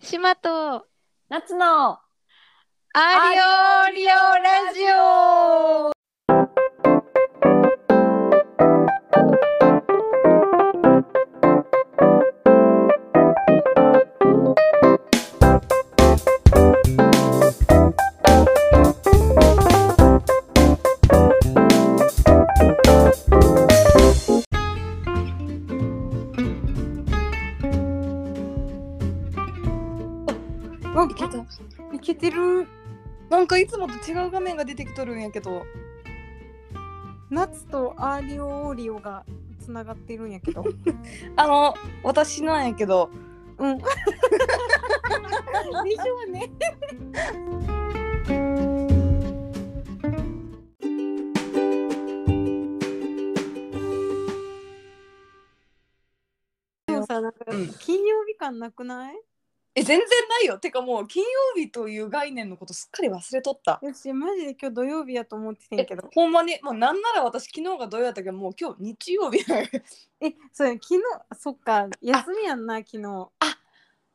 島と夏のアリオリオラジオなんかいけてるなんかいつもと違う画面が出てきとるんやけど夏とアーリオオーリオがつながってるんやけどあの私なんやけどうんでしょうねでもさなんかうん金曜日感なくないえ全然ないよてかもう金曜日という概念のことすっかり忘れとった私マジで今日土曜日やと思っててんえけどほんまにもうなんなら私昨日が土曜やったけどもう今日日曜日えそうや昨日そっか休みやんな昨日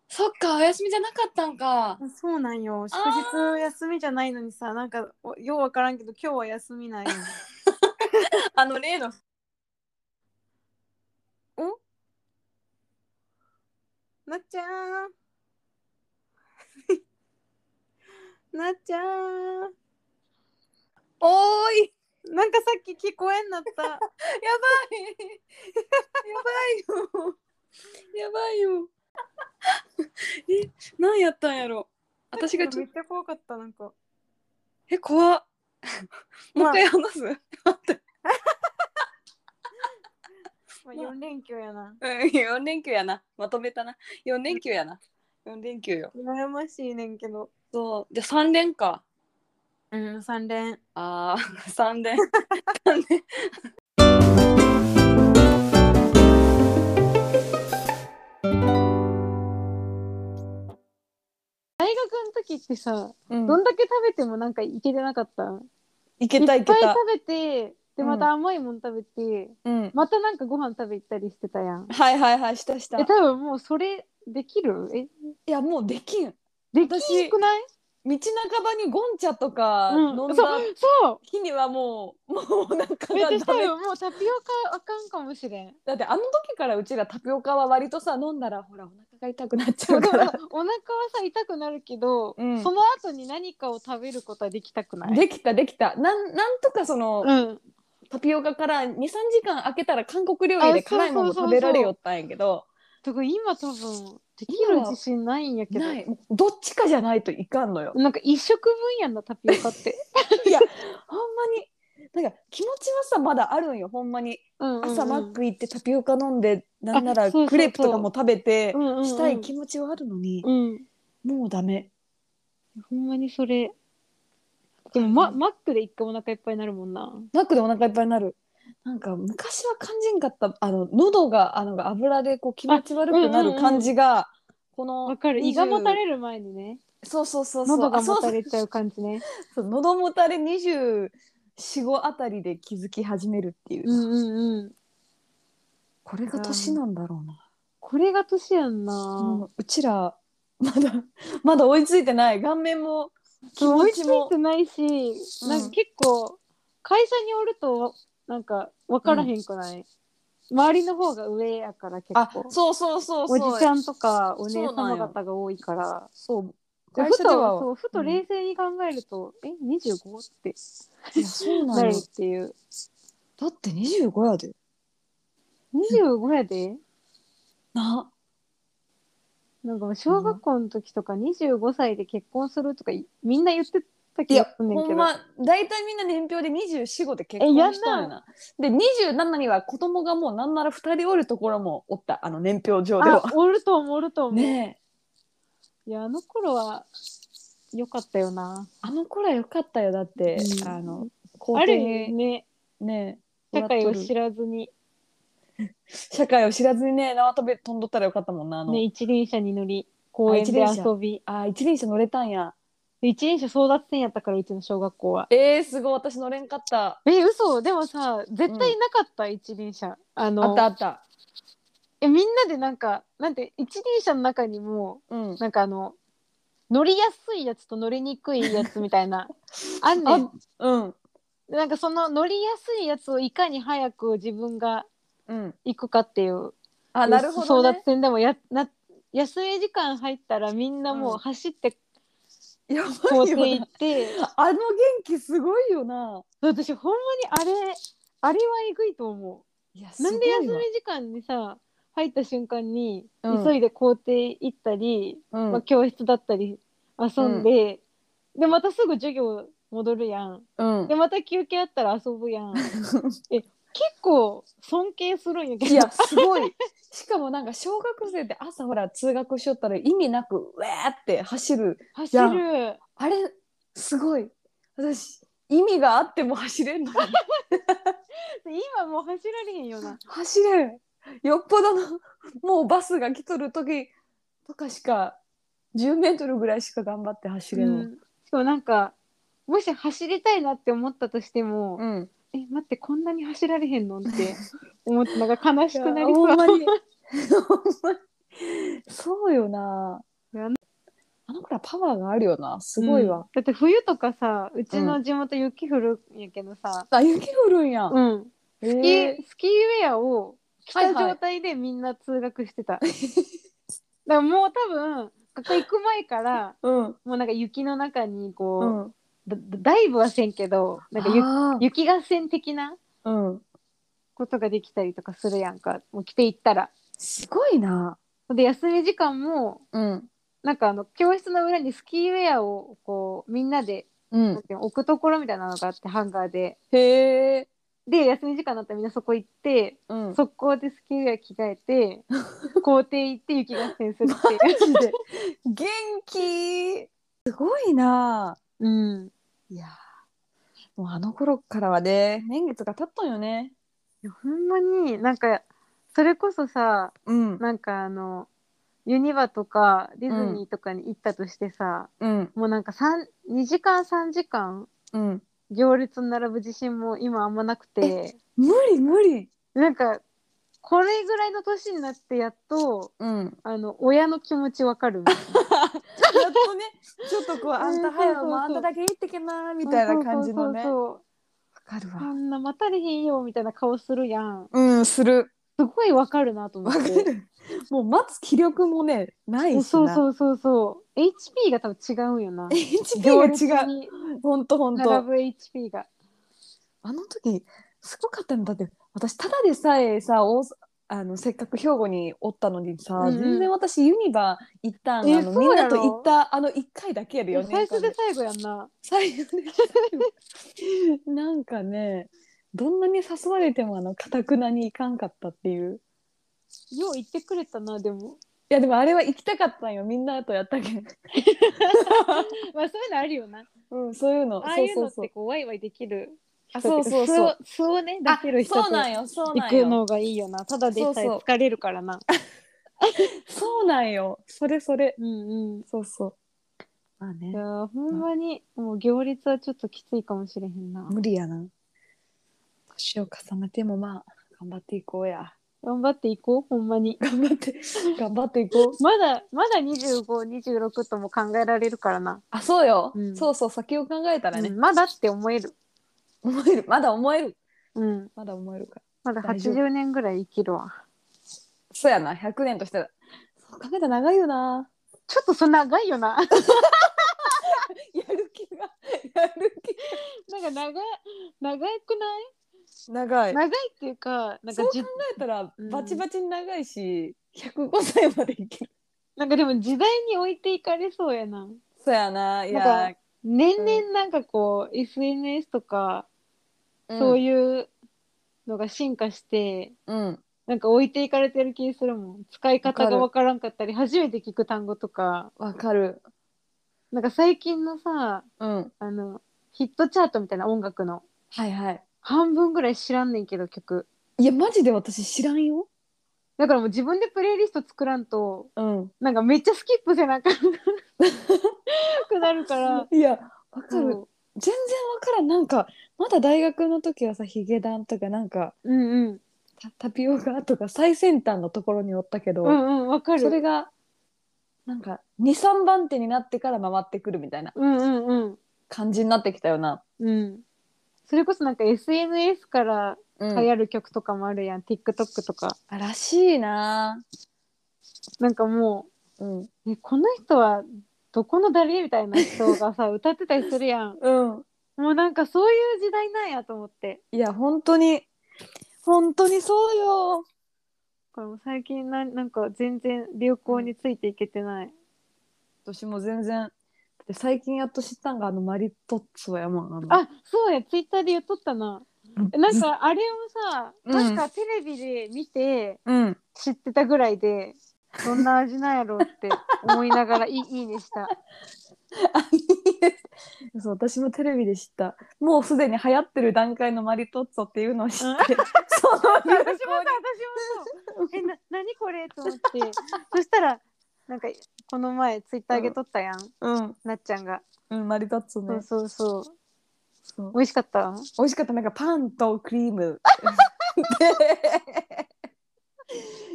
そっかお休みじゃなかったんかそうなんよ祝日休みじゃないのにさなんかおようわからんけど今日は休みないあの例のなっちゃーんなっちゃーんおーいなんかさっき聞こえんなった やばいやばいよやばいよえ何やったんやろ私がちめょっっとちゃ怖かったなんかえ怖 っもうまあ一回話す、待ってまあ、4連休やな。うん4連休やなまとめたな4連休やな4連休よ羨ましいねんけど。そうじゃあ3連かうん、3連。あー3連 三連大学の時ってさ、うんどんだけ食べてもなんかいけてなかったいけたいいっけぱいた食べてでうんまた甘いもん食べて、うんまたなんかご飯食べ行ったりしてたやんはいはいはいしたしたえ多い分もうそれできるえやもうできん道できんくない半ばにゴンチャとかうん飲んだそう日にはもうもうお腹が私多ダメ分もうタピオカあかんかもし れんだってあの時からうちらタピオカは割とさ飲んだらほらお腹が痛くなっちでゃもうおか腹はらさ痛くなるけど、うんその後に何かを食べることはできたくないできたできたなんなんとかその、うんタピオカから23時間空けたら韓国料理で辛いものあそうそうそうそう食べられよったんやけどだから今多分できる自信ないんやけどないどっちかじゃないといかんのよなんか一食分やんなタピオカって いやほんまになんか気持ちはさまだあるんよほんまにうんうんうん朝マック行ってタピオカ飲んでなんなあらそうそうそうクレープとかも食べてうんうんうんしたい気持ちはあるのにうんもうダメほんまにそ れでも、ま、マックで一回お腹いっぱいになるもんなマックでお腹いっぱいになる。なんか昔は感じんかったあの喉があの油でこう気持ち悪くなあうんうんうるん感じが、このわかる20胃がもたれる前にねそうそうそうそう喉があそもうそたうれちゃう感じねそう喉もたれ2 4 5あたりで気づき始めるっていう、うんうんうんこれが年なんだろうな、これが年やんなもううちらまだ まだ追いついてない顔面も気追持いつちいもてないし、うんなんか結構会社におるとなんか分からへんくない、周りの方が上やから結あ構そうそうそうそうおじちゃんとかお姉そうなん様よ方が多いからそうで会ふ社とではそうふとうん冷静に考えると、え25っていやそうななんるよっていうだって25やで25やでななんかもう小学校の時とか25歳で結婚するとかいみんな言ってたい気やがすんねんほけんどま大体みんな年表で245で結えや婚んなしたんやなで27には子供がもうなんなら2人おるところもおったあの年表上であはおると思うおると思う、ねえいやあの頃は良かったよなあの頃はよかったよだって、うんあの校ある庭意味にねねえ社会を知ららずに社会を知らずにね縄跳び飛んどったらよかったもんなあの、ね一輪車に乗り公園であ一輪車遊びあ一輪車乗れたんやで一輪車争奪戦やったからうちの小学校はえー、すごい私乗れんかったえ嘘でもさ絶対なかった、一輪車あのあったあったえみんなでなんかなんて一輪車の中にもうんなんかあの乗りやすいやつと乗りにくいやつみたいなあんね んあうんでなんかその乗りやすいやつをいかに早く自分がうん行くかっていうあなるほ争ど、奪ね、戦でもやな休み時間入ったらみんなもう走ってやば校い庭行よっな て、あの元気すごいよな私ほんまにあれあれはえぐいと思いやうなんで休み時間にさ入った瞬間に、うん急いで校庭行ったり、うんまあ、教室だったり遊んで、でまたすぐ授業戻るやんうんでまた休憩あったら遊ぶ やんえ結構尊敬するんやけどいやすご いしかもなんか小学生って朝ほら通学しよったら意味なくうわーって走る走るあれすごい私意味があっても走れんの 今もう走られへんよな走れんよっぽどのもうバスが来とる時とかしか10メートルぐらいしか頑張って走れんうんしかもなんかもし走りたいなって思ったとしても、うん、え待ってこんなに走られへんのって 思ってなんか悲しくなりいそやほんまう にほんまにそうよなあの子らパワーがあるよなすごいうんわ、だって冬とかさうちの地元雪降るんやけどさ、あ雪降るんや、うんえスキーえスキーウェアを着はいたはい状態でみんな通学してた、だからもう多分学校行く 前からうんもうなんか雪の中にうこんう、だダイブはせんけどなんかゆあー雪合戦的なうんことができたりとかするやんかもう着ていったら。すごいなで休み時間もうんなんかあの教室の裏にスキーウェアをこうみんなでうなんんていうの置くところみたいなのがあってハンガーでへえで休み時間になったらみんなそこ行ってうん速攻でスキーウェア着替えて 校庭行って雪合戦するっていう。で元気すごいなうん、いやーもうあの頃からはね年月が経ったんよねいやほんまになんかそれこそさうんなんかあのユニバとかディズニーとかに行ったとしてさ、うんもうなんか2時間3時間うん行列に並ぶ自信も今あんまなくて無理無理なんかこれぐらいの年になってやっとうんあの親の気持ちわかるみたいなやっと ねちょっとこうあんた早そうそううそうあんただけ行ってけな みたいな感じのねそうわそうかるそうそうあんな待たれへんよみたいな顔するやんうんするすごいわかるなと思わっかてるもう待つ気力もねないしなそう そうそうそう HP が多分違うんよな HP が違うにほんとほん並とぶ HP があの時すごかったのだって私ただでさえさ大あのせっかく兵庫におったのにさ、うんうん全然私ユニバ行ったんえあのみそんうやなろと行ったあの1回だけやるよね最初で最後やんな最後でなんかねどんなに誘われてもあのかたくなに行かんかったっていうよう言ってくれたなでもいやでもあれは行きたかったんよみんなとやったけん、まあそういうのあるよなうん、そういうのああいうのっそうてこうワイワイできるあそうそうそう素を素をね出せる人そうとなん行よそうなんくよのがいいよなただでさえそう疲れるからなそうなんよそれそれうんうそうそうまあんいねやーほんまにもう行列はちょっときついかもしれへんな無理やな年を重ねてもまあ頑張っていこうや 頑張っていこうほんまに頑張 って頑張っていこうまだまだ2526とも考えられるからな、あそうよ、うんそうそう先を考えたらねう、んまだって思える思えるまだ思えるうんまだ思えるからまだ大丈夫80年ぐらい生きるわそうやな100年としてそう考えたら長いよなちょっとそんな長いよな なんか やる気がやる長い長くない気長い長いっていうかなんかそうじ考えたらうんバチバチに長いし、105歳まで生きる。なんかでも時代に置いていかれそうやなそうやな、いなやん、年々なんかこう、SNS とかそういいうのが進化して、うん、うん、なんか置いていかれてる気するもん使い方がわからんかったり初めて聞く単語とかわかる。なんか最近のさうん、あのヒットチャートみたいな音楽のはいはい。半分ぐらい知らんねんけど曲いや、マジで私知らんよ。だからもう自分でプレイリスト作らんとうん。なんかめっちゃスキップせな あかんくなるからいや、わかる。そう全然わからん。なんか、まだ大学の時はさ、ヒゲダンとかなんか、うんうんタタピオカとか最先端のところにおったけど、うんうんわかるそれがなんか23番手になってから回ってくるみたいなうんうんうん感じになってきたよな。うんそれこそなんか SNS からうん流行る曲とかもあるやん、TikTok とからしいな、なんかもうん、う、ね、この人はどこの誰みたいな人が さ歌ってたりするやんうん、もうなんかそういう時代なんやと思っていや本当に本当にそうよこれも最近ななんか全然流行についていけてない、私も全然だって最近やっと知ったんがあのマリトッツォやもんあのあそうやツイッターで言っとったなえなんかあれもさ、うんなんかテレビで見てうん知ってたぐらいでどんな味なんやろうって思いながらい いいいねしたあいいです そう私もテレビで知ったもうすでに流行ってる段階のマリトッツォっていうのを知って、うん そのいや私流もさ私 もそうえな何これと思ってそしたらなんかこの前ツイッター上げとったやん、うん、なっちゃんが、うん、マリトッツォねそうそうそうそう美味しかった美味しかったなんかパンとクリーム で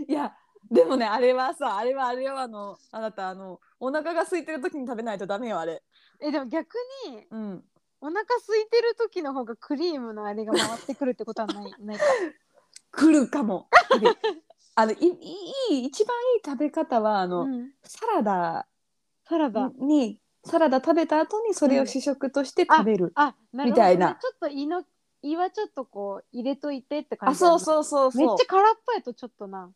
いやでもねあれはさあれはあれよあのあなたあのお腹が空いてる時に食べないとダメよあれえでも逆にうんお腹空いてる時の方がクリームのあれが回ってくるってことはないないか来るか もあのいいいい一番いい食べ方はあの、うんサラダサラダ、にサラダ食べた後にそれを主食として食べる、あなるほどねみたいなちょっと胃の胃はちょっとこう入れといてってあ感じそううそうそうそうめっちゃ空っぽやとちょっとな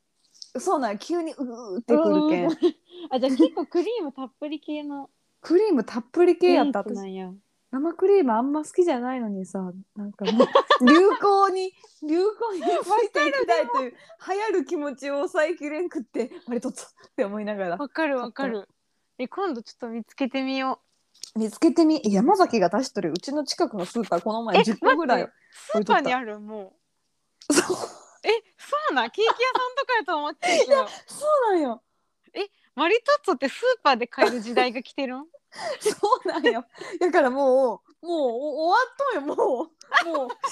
そうなんよ急にうーってくるけうんんあじゃあ結構クリームたっぷり系のクリームたっぷり系やったスイーツ私なんや生クリームあんま好きじゃないのにさなんかもう 流行に流行についていきたいという流行る気持ちを抑えきれんくって割とつって思いながらわかるわかるえ今度ちょっと見つけてみよ見つけてみ山崎が出してるうちの近くのスーパーこの前え10個ぐらいうスーパ置ーいとったにあるもそううえそうなんケーキ屋さんとかやと思ってるけどそうなんよマリトッツォってスーパーで買える時代が来 てるんそうなんよ。だからもう、もうお終わっとんよ、もう。もう、終焉の。だって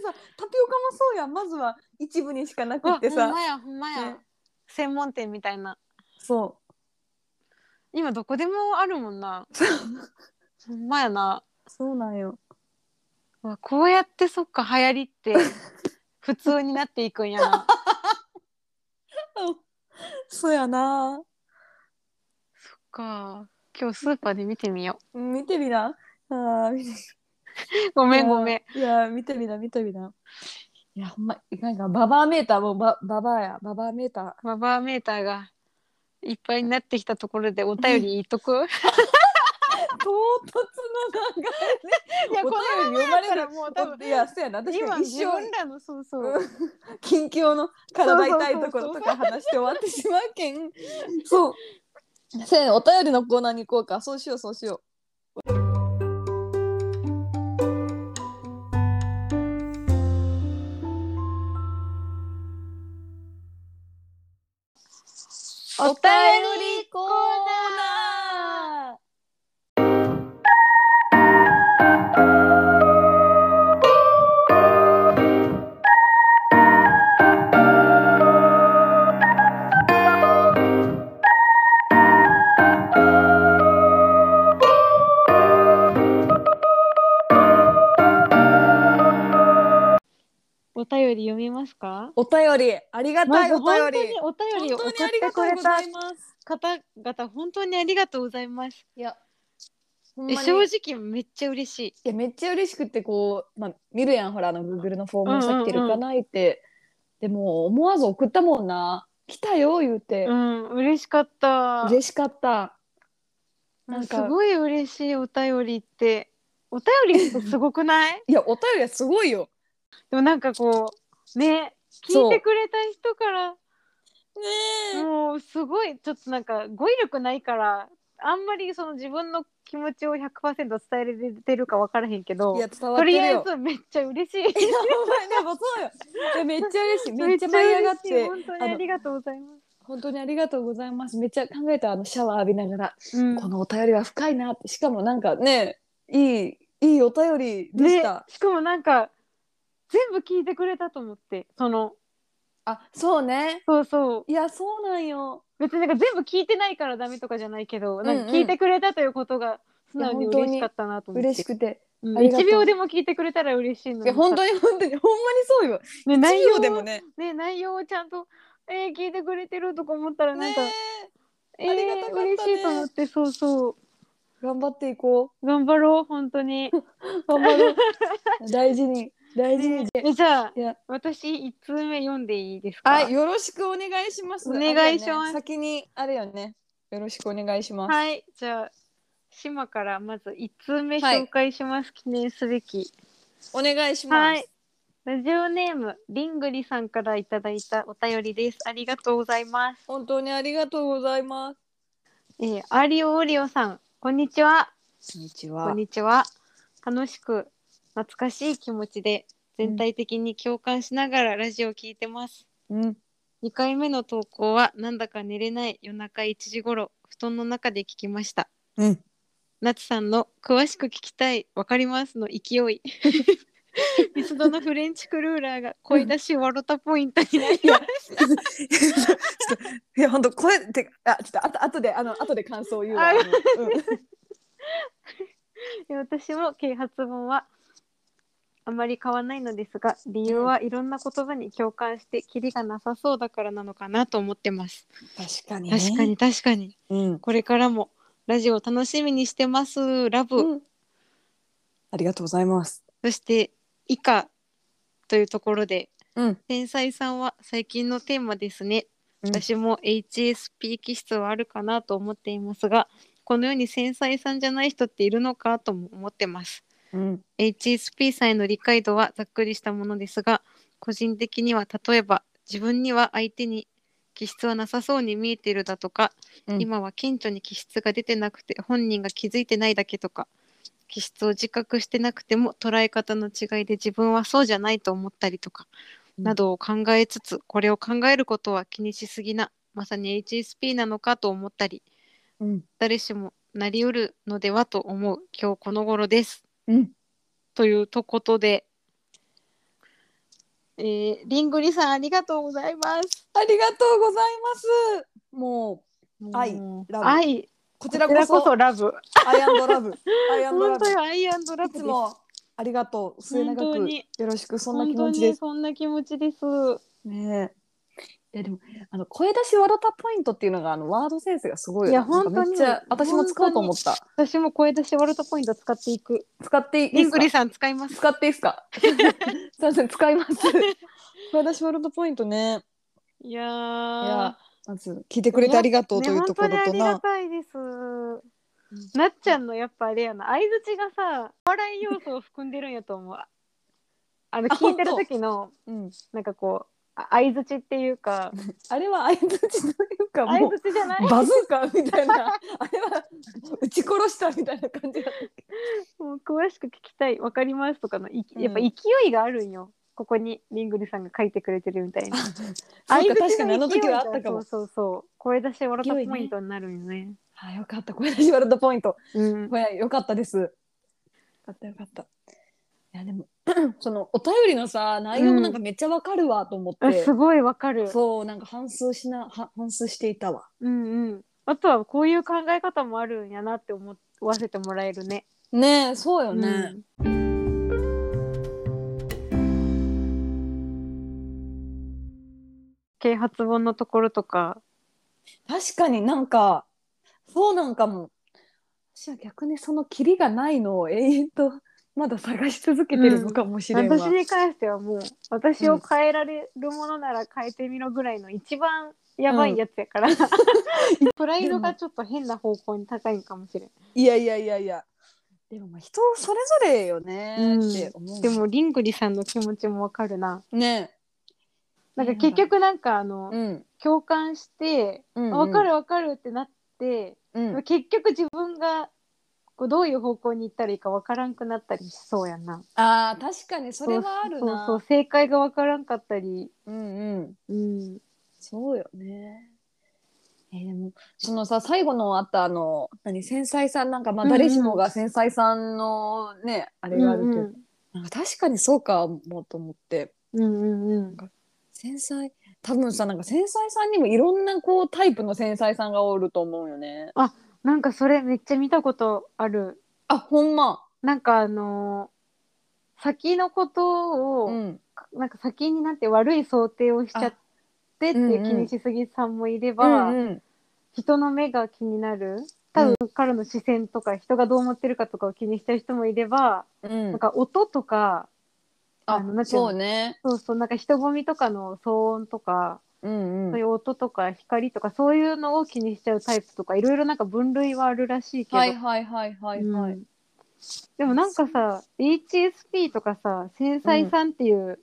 さ、タピオカもそうやん、まずは一部にしかなくわってほんさ。まやほんまや、ね専門店みたいなそ今どこでもあるもんなほんまやなう。そうなんよ。うわこうやってそっか流行りって 普通になっていくんやなそうやな。そっか今日スーパーで見てみようん見てみな。あー見てうごめんごめんいやー、見てみな、見てみな。いや、ほんま、なんかババアメーターもバババアや、ババアメーター。ババアメーターがいっぱいになってきたところでお便り言っ とく唐突の流れね。いやこのお便り読まだかれらる。もう多分おいや、そうやな。確か今に自一生分。らのそうそううん近況の体痛いところとか話して終わってしまうけんそうせんお便りのコーナーに行こうかそうしようそうしようお便りコーナーお便り読みますかお便りありがたまいずお本当便にりお便りを本送っ当にありてがとくうれごたざいます方々本当にありがとうございますいやほんまえに正直めっちゃ嬉しいいやめっちゃ嬉しくてこう、まあ、見るやんほらあの Google のフォーうんムうんうんさっきるかないって、でも思わず送ったもんな来たよ言うて、うん嬉しかった嬉しかったなんかすごい嬉しいお便りってお便りってすごくない いやお便りはすごいよでもなんかこうね聞そういてくれた人からねもうすごいちょっとなんか語彙力ないからあんまりその自分の気持ちを100%伝えれてるか分からへんけどいや伝わってとるりよあえずめっちゃ嬉しいいやお前でもそうよいやめっちゃ嬉しい めっちゃ舞い上がっ めちゃ嬉しいて本当にありがとうございま本当にありがとうございますめっちゃ考えたあのシャワー浴びながら、す、うんこのお便りは深いなってしかもなんかねいいいいお便りでした、ねしかもなんか全部聞いてくれたと思ってそのあそうねそうそういやそうなんよ別になんか全部聞いてないからダメとかじゃないけど、なんうんかうん聞いてくれたということが素直にいや本当に嬉しかったなと思って嬉しくてうんありがとう1秒でも聞いてくれたら嬉しいのいや本に当に本当にほんまにそう よさね内授容業でもねね内容をちゃんとえー、聞いてくれてるとか思ったらなんか、ねえーありがたかったね嬉しいと思ってそうそえ頑張っていこう頑張ろう本当にう頑張 ろう大事に大事にえじゃあいや私一通目読んでいいですかはい、よろしくお願いします。お願いしまあれよねす先にあれよね。よろしくお願いします。はい、じゃあ島からまず1通目はい紹介します、記念すべきお願いします。はいラジオネームリングリさんからいただいたお便りですありがとうございます本当にありがとうございます。えー、アリオオリオさんこんにちはこんにちこん。にちは楽しく懐かしい気持ちで全体的に共感しながらラジオを聞いてます、うん、 2回目の投稿はなんだか寝れない夜中1時頃布団の中で聞きましたうん、 夏さんの「詳しく聞きたいわかります」の勢い ミスドのフレンチクルーラーが声出し笑ったポイントになりまいや、本当、これって、あ、ちょっと、あと、後で、あの、後で感想を言うわ。ああのうんす私も啓発本はあまり買わないのですが理由はいろんな言葉に共感してキリがなさそうだからなのかなと思ってます確かに、ね。確か。に確かにうん、これからもラジオ楽しみにしてますラブ、うん。ありがとうございます。そして以下というところでうん、天才さんは最近のテーマですね、うん私も HSP 気質はあるかなと思っていますがこの世に繊細さんじゃない人っているのかとも思ってますうん、 HSP さんへの理解度はざっくりしたものですが個人的には例えば自分には相手に気質はなさそうに見えているだとか、うん今は顕著に気質が出てなくて本人が気づいてないだけとか気質を自覚してなくても捉え方の違いで自分はそうじゃないと思ったりとか、うんなどを考えつつこれを考えることは気にしすぎなまさに HSP なのかと思ったりうん、誰しもなりうるのではと思う今日この頃です。うん。というとことで、えー、リングリさんありがとうございます。ありがとうございます。も愛もうラブ愛う、ここちらこそ、ラブ。アイアンド ラブ。アイアンドラ本ブ当。よ、愛ラいブでつす。もありがとう末永本当くによろしくそんな本気当持ちにですそんな気持ちです。ねえ。いやでもあの声出し笑ったポイントっていうのがあのワードセンスがすごいよいやなんか本当にめっちゃ私も使おうと思った私も声出し笑ったポイント使っていく。使っていいリでンすグかリさん使います。使っていいですかすいません使います 声出し笑ったポイントねいやいーやまず聞いてくれてありがとうというところね、本当とにありがなたいです。なっちゃんのやっぱあれやな相槌がさ笑い要素を含んでるんやと思う。あのあ聞いてる時のうんなんかこうあ相槌っていうかあれは相づちというか相も槌じゃな いうバズーカみ たいなあれは撃ち殺したみたいな感じだったもう詳しく聞きたいわかりますとかのいうんやっぱ勢いがあるんよ、ここにリングリさんが書いてくれてるみたいなそうか相槌確かにあの時はあった勢いがかもそうそうそう声出して笑勢っいたねポイントになるんよねあよかった声出し笑ったポイントうんこれよかったです。よかったよかった。いやでも そのお便りのさ内容もなんかめっちゃわかるわと思っあて、すごいわかるそうなんか反数しなは反数していたわ。うんうんあとはこういう考え方もあるんやなって思わせてもらえるねねえそうよね。啓発本のところとか確かになんかそうなんかも。私は逆にそのキリがないのを永遠とまだ探し続けてるのかもしれんわ、私に関してはもう私を変えられるものなら変えてみろぐらいの一番やばいやつや から、プライドがちょっと変な方向に高いんかもしれんいやいやいやいや。でもまあ人それぞれよねって思う、でもリングリさんの気持ちもわかるなねなんか結局なんかあの、えうん共感して、うんうんあ分かる分かるってなって、うん結局自分がこうどういう方向に行ったらいいか分からんくなったりしそうやんな。あー確かにそれはあるなそうそうそう正解が分からんかったり、うんうんうん、そうよね。えーでもそのさ最後のあったあの何繊細さんなんかまあうんうん誰しもが繊細さんのね、あれがあるけど、うんうんなんか確かにそうかもと思ってうんうんうん繊細多分さなんか繊細さんにもいろんなこうタイプの繊細さんがおると思うよねなんかそれめっちゃ見たことあるあほんまなんかあのー先のことを、うんなんか先になって悪い想定をしちゃってっていうんううん気にしすぎさんもいれば、うんうん人の目が気になる多分からの視線とか人がどう思ってるかとかを気にしちゃう人もいれば、うんなんか音とかあのなあんていうのそうねそうそうなんか人混みとかの騒音とか、うんうそうんいう音とか光とかそういうのを気にしちゃうタイプとかいろいろなんか分類はあるらしいけど、はいはいはいはいはい、うんでもなんかさ HSP とかさ繊細さんっていう、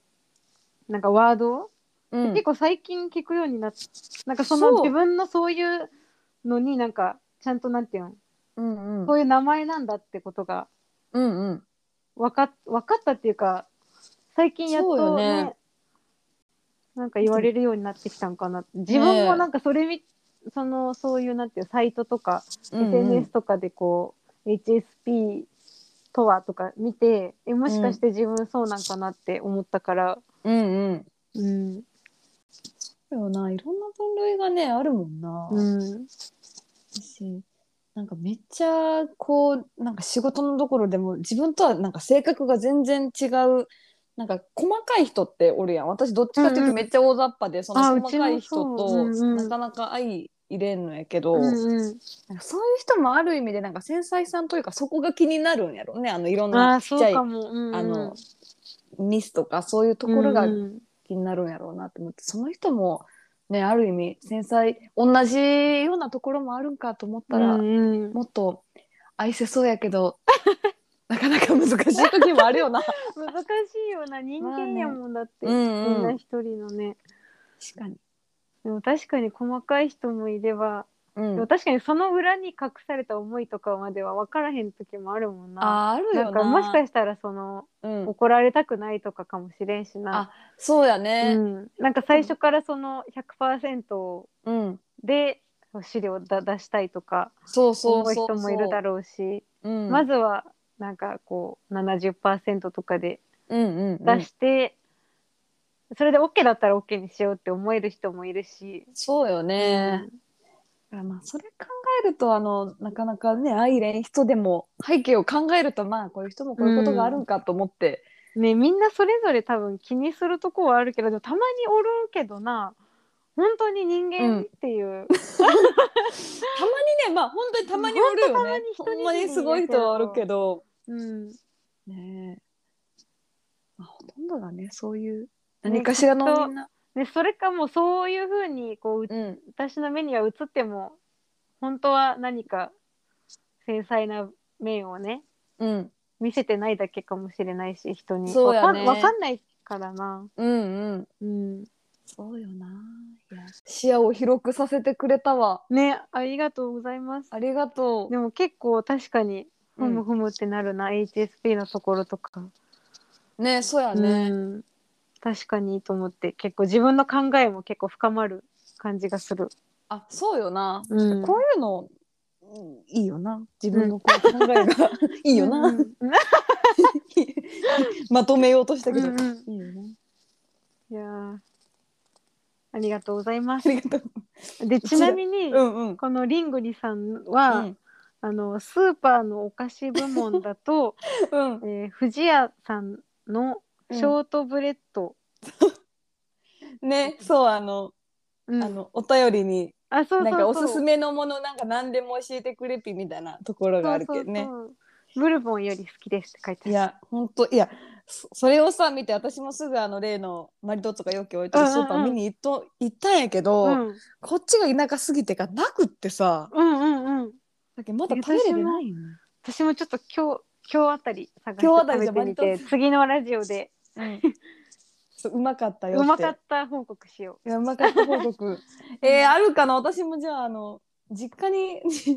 なんかワードうん結構最近聞くようになってなんかそそのう自分のそういうのになんかちゃんとなんていうのうんうんそういう名前なんだってことがうんうん分かっ分かったっていうか最近やっそうよとねねなんか言われるようになってきたんかな自分もなんかそれみ、そのそういうなんていうサイトとか、うんうん SNS とかでこう HSP とはとか見てえもしかして自分そうなんかなって思ったから、うんうんうんそうよないろんな分類がねあるもんな、うん、しなんかめっちゃこうなんか仕事のところでも自分とはなんか性格が全然違うなんか細かい人っておるやん私どっちかっていううんうとんめっちゃ大雑把で、そあのう細ちかいも人そうとうんうんなかなか相入れんのやけど、うんうんなんかそういう人もある意味でなんか繊細さんというかそこが気になるんやろうねあのいろんあなあちそっちゃういかも、うんうんあのミスとかそういうところが気になるんやろうなと思って、その人もねある意味繊細同じようなところもあるんかと思ったら、うんうんもっと愛せそうやけど なかなか難しい時もあるよな確難しいよな人間やもんだって、まあねうんうんみんな一人のねかに、でも確かに細かい人もいれば、うん、でもあ確かにその裏に隠された思いとかまでは分からへん時もあるもんな。あるなよんなかもしかしたらそのうん、怒られたくないとかかもしれんしな、そうやうねん、なんか最初からその100%うん、で資料だ出したいとかそうそ思ううそうそ人うもいるだろうしうん、まずはなんかこう70%とかでうんうんうん、出して、それで OK だったら OK にしようって思える人もいるし、そうよね、だからまあそれ考えるとあのなかなかね愛れん人でも背景を考えるとまあこういう人もこういうことがあるんかと思って、ねみんなそれぞれ多分気にするとこはあるけどでもたまにおるけどな本当に人間っていう、たまにねまあ本当にたまにおるよねほんとたまに一人ほんまにすごい人はおるけどうんねえ、まあ、ほとんどがねそういう何かしらきっのとみんな、でそれかもうそういうふうにこううん、私の目には映っても本当は何か繊細な面をねうん、見せてないだけかもしれないし人にそうやわねかんわかんないからな、うん、うん、うん、そうよな。いや視野を広くさせてくれたわ。ねありがとうございますありがとう。でも結構確かにふうむん、ふむってなるな、HSP のところとか、ね、そうやうね。ん確かにいいと思って結構自分の考えも結構深まる感じがする、あ、そうよな。うんこういうの。うんいいよな。自分のこう考え が。いいような。んうん まとめようとしたけど。うんうんいいよな。いやーありがとうござい まあすりがとう。でちなみに、うん、うん。このリングリさんうは、ん、あのスーパーのお菓子部門 だと、うんえ、ー、藤屋さんのショートブレッド、ね、そう、あの、うんあの、お便りに、あそうそうなそんうかおすすめのもの、なんか何でも教えてくれピみたいなところがあるけどねそ。うそうそうブルボンより好きですって書いていや、本当いや、そそれをさ、見て、私もすぐあの例のマリトッツォがよく置いてるうんうんスうんーパー見に行っと、行ったんやけど、うん、こっちが田舎すぎてかなくってさ、うんうんうんだけどまだ食べれてないよね。私もちょっと今日今日あたり探今日あたりしてじゃ食べてみ割て次のラジオでうんそううまかったよって。うまかった報告しよいやうまかった報告。えー、あるかな私もじゃあ、あの、実家に、 実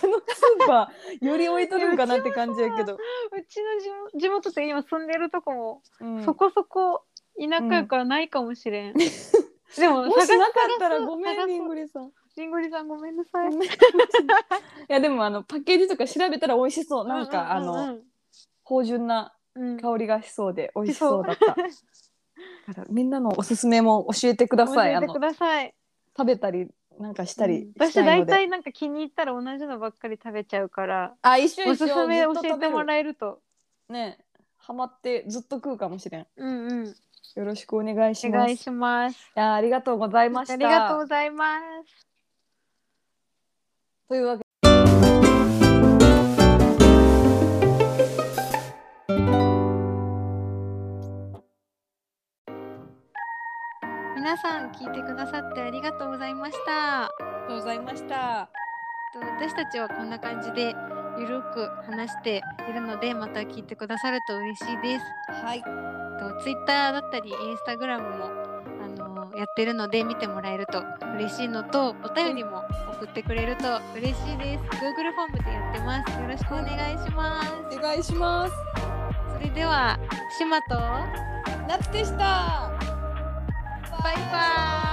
家のスーパー、より置いとるんかなって感じやけど。ううちの地地元って今住んでるとこも、うんそこそこ田舎やからないかも しれん、でももしなかった探らそうごめ探そん、うリンゴリさん。リンゴリさんごめんなさいごめんいや、でもあの、パッケージとか調べたら美味しそう。なんか、あの、ううう芳醇なうん、香りがしそうで美味しそうだっただからみんなのおすすめも教えてくださいあ教えのてください。食べたりなんかしたり私したい大ので、体なんか気に入ったら同じのばっかり食べちゃうからあ一緒一緒おすすめ教ずっとえ食べてるもらえるとねハマってずっと食うかもしれんうんうんよろしくお願いしおます願いしますいやーありがとうございましたありがとうございますというわけ皆さん聞いてくださってありがとうございましたでございましたと私たちはこんな感じでゆるく話しているのでまた聞いてくださると嬉しいですはいとツイッターだったりインスタグラムもあのやってるので見てもらえると嬉しいのとお便りも送ってくれると嬉しいです Google フォームでやってますよろしくお願いしますお願いしますそれでは島と夏でしたバイバイ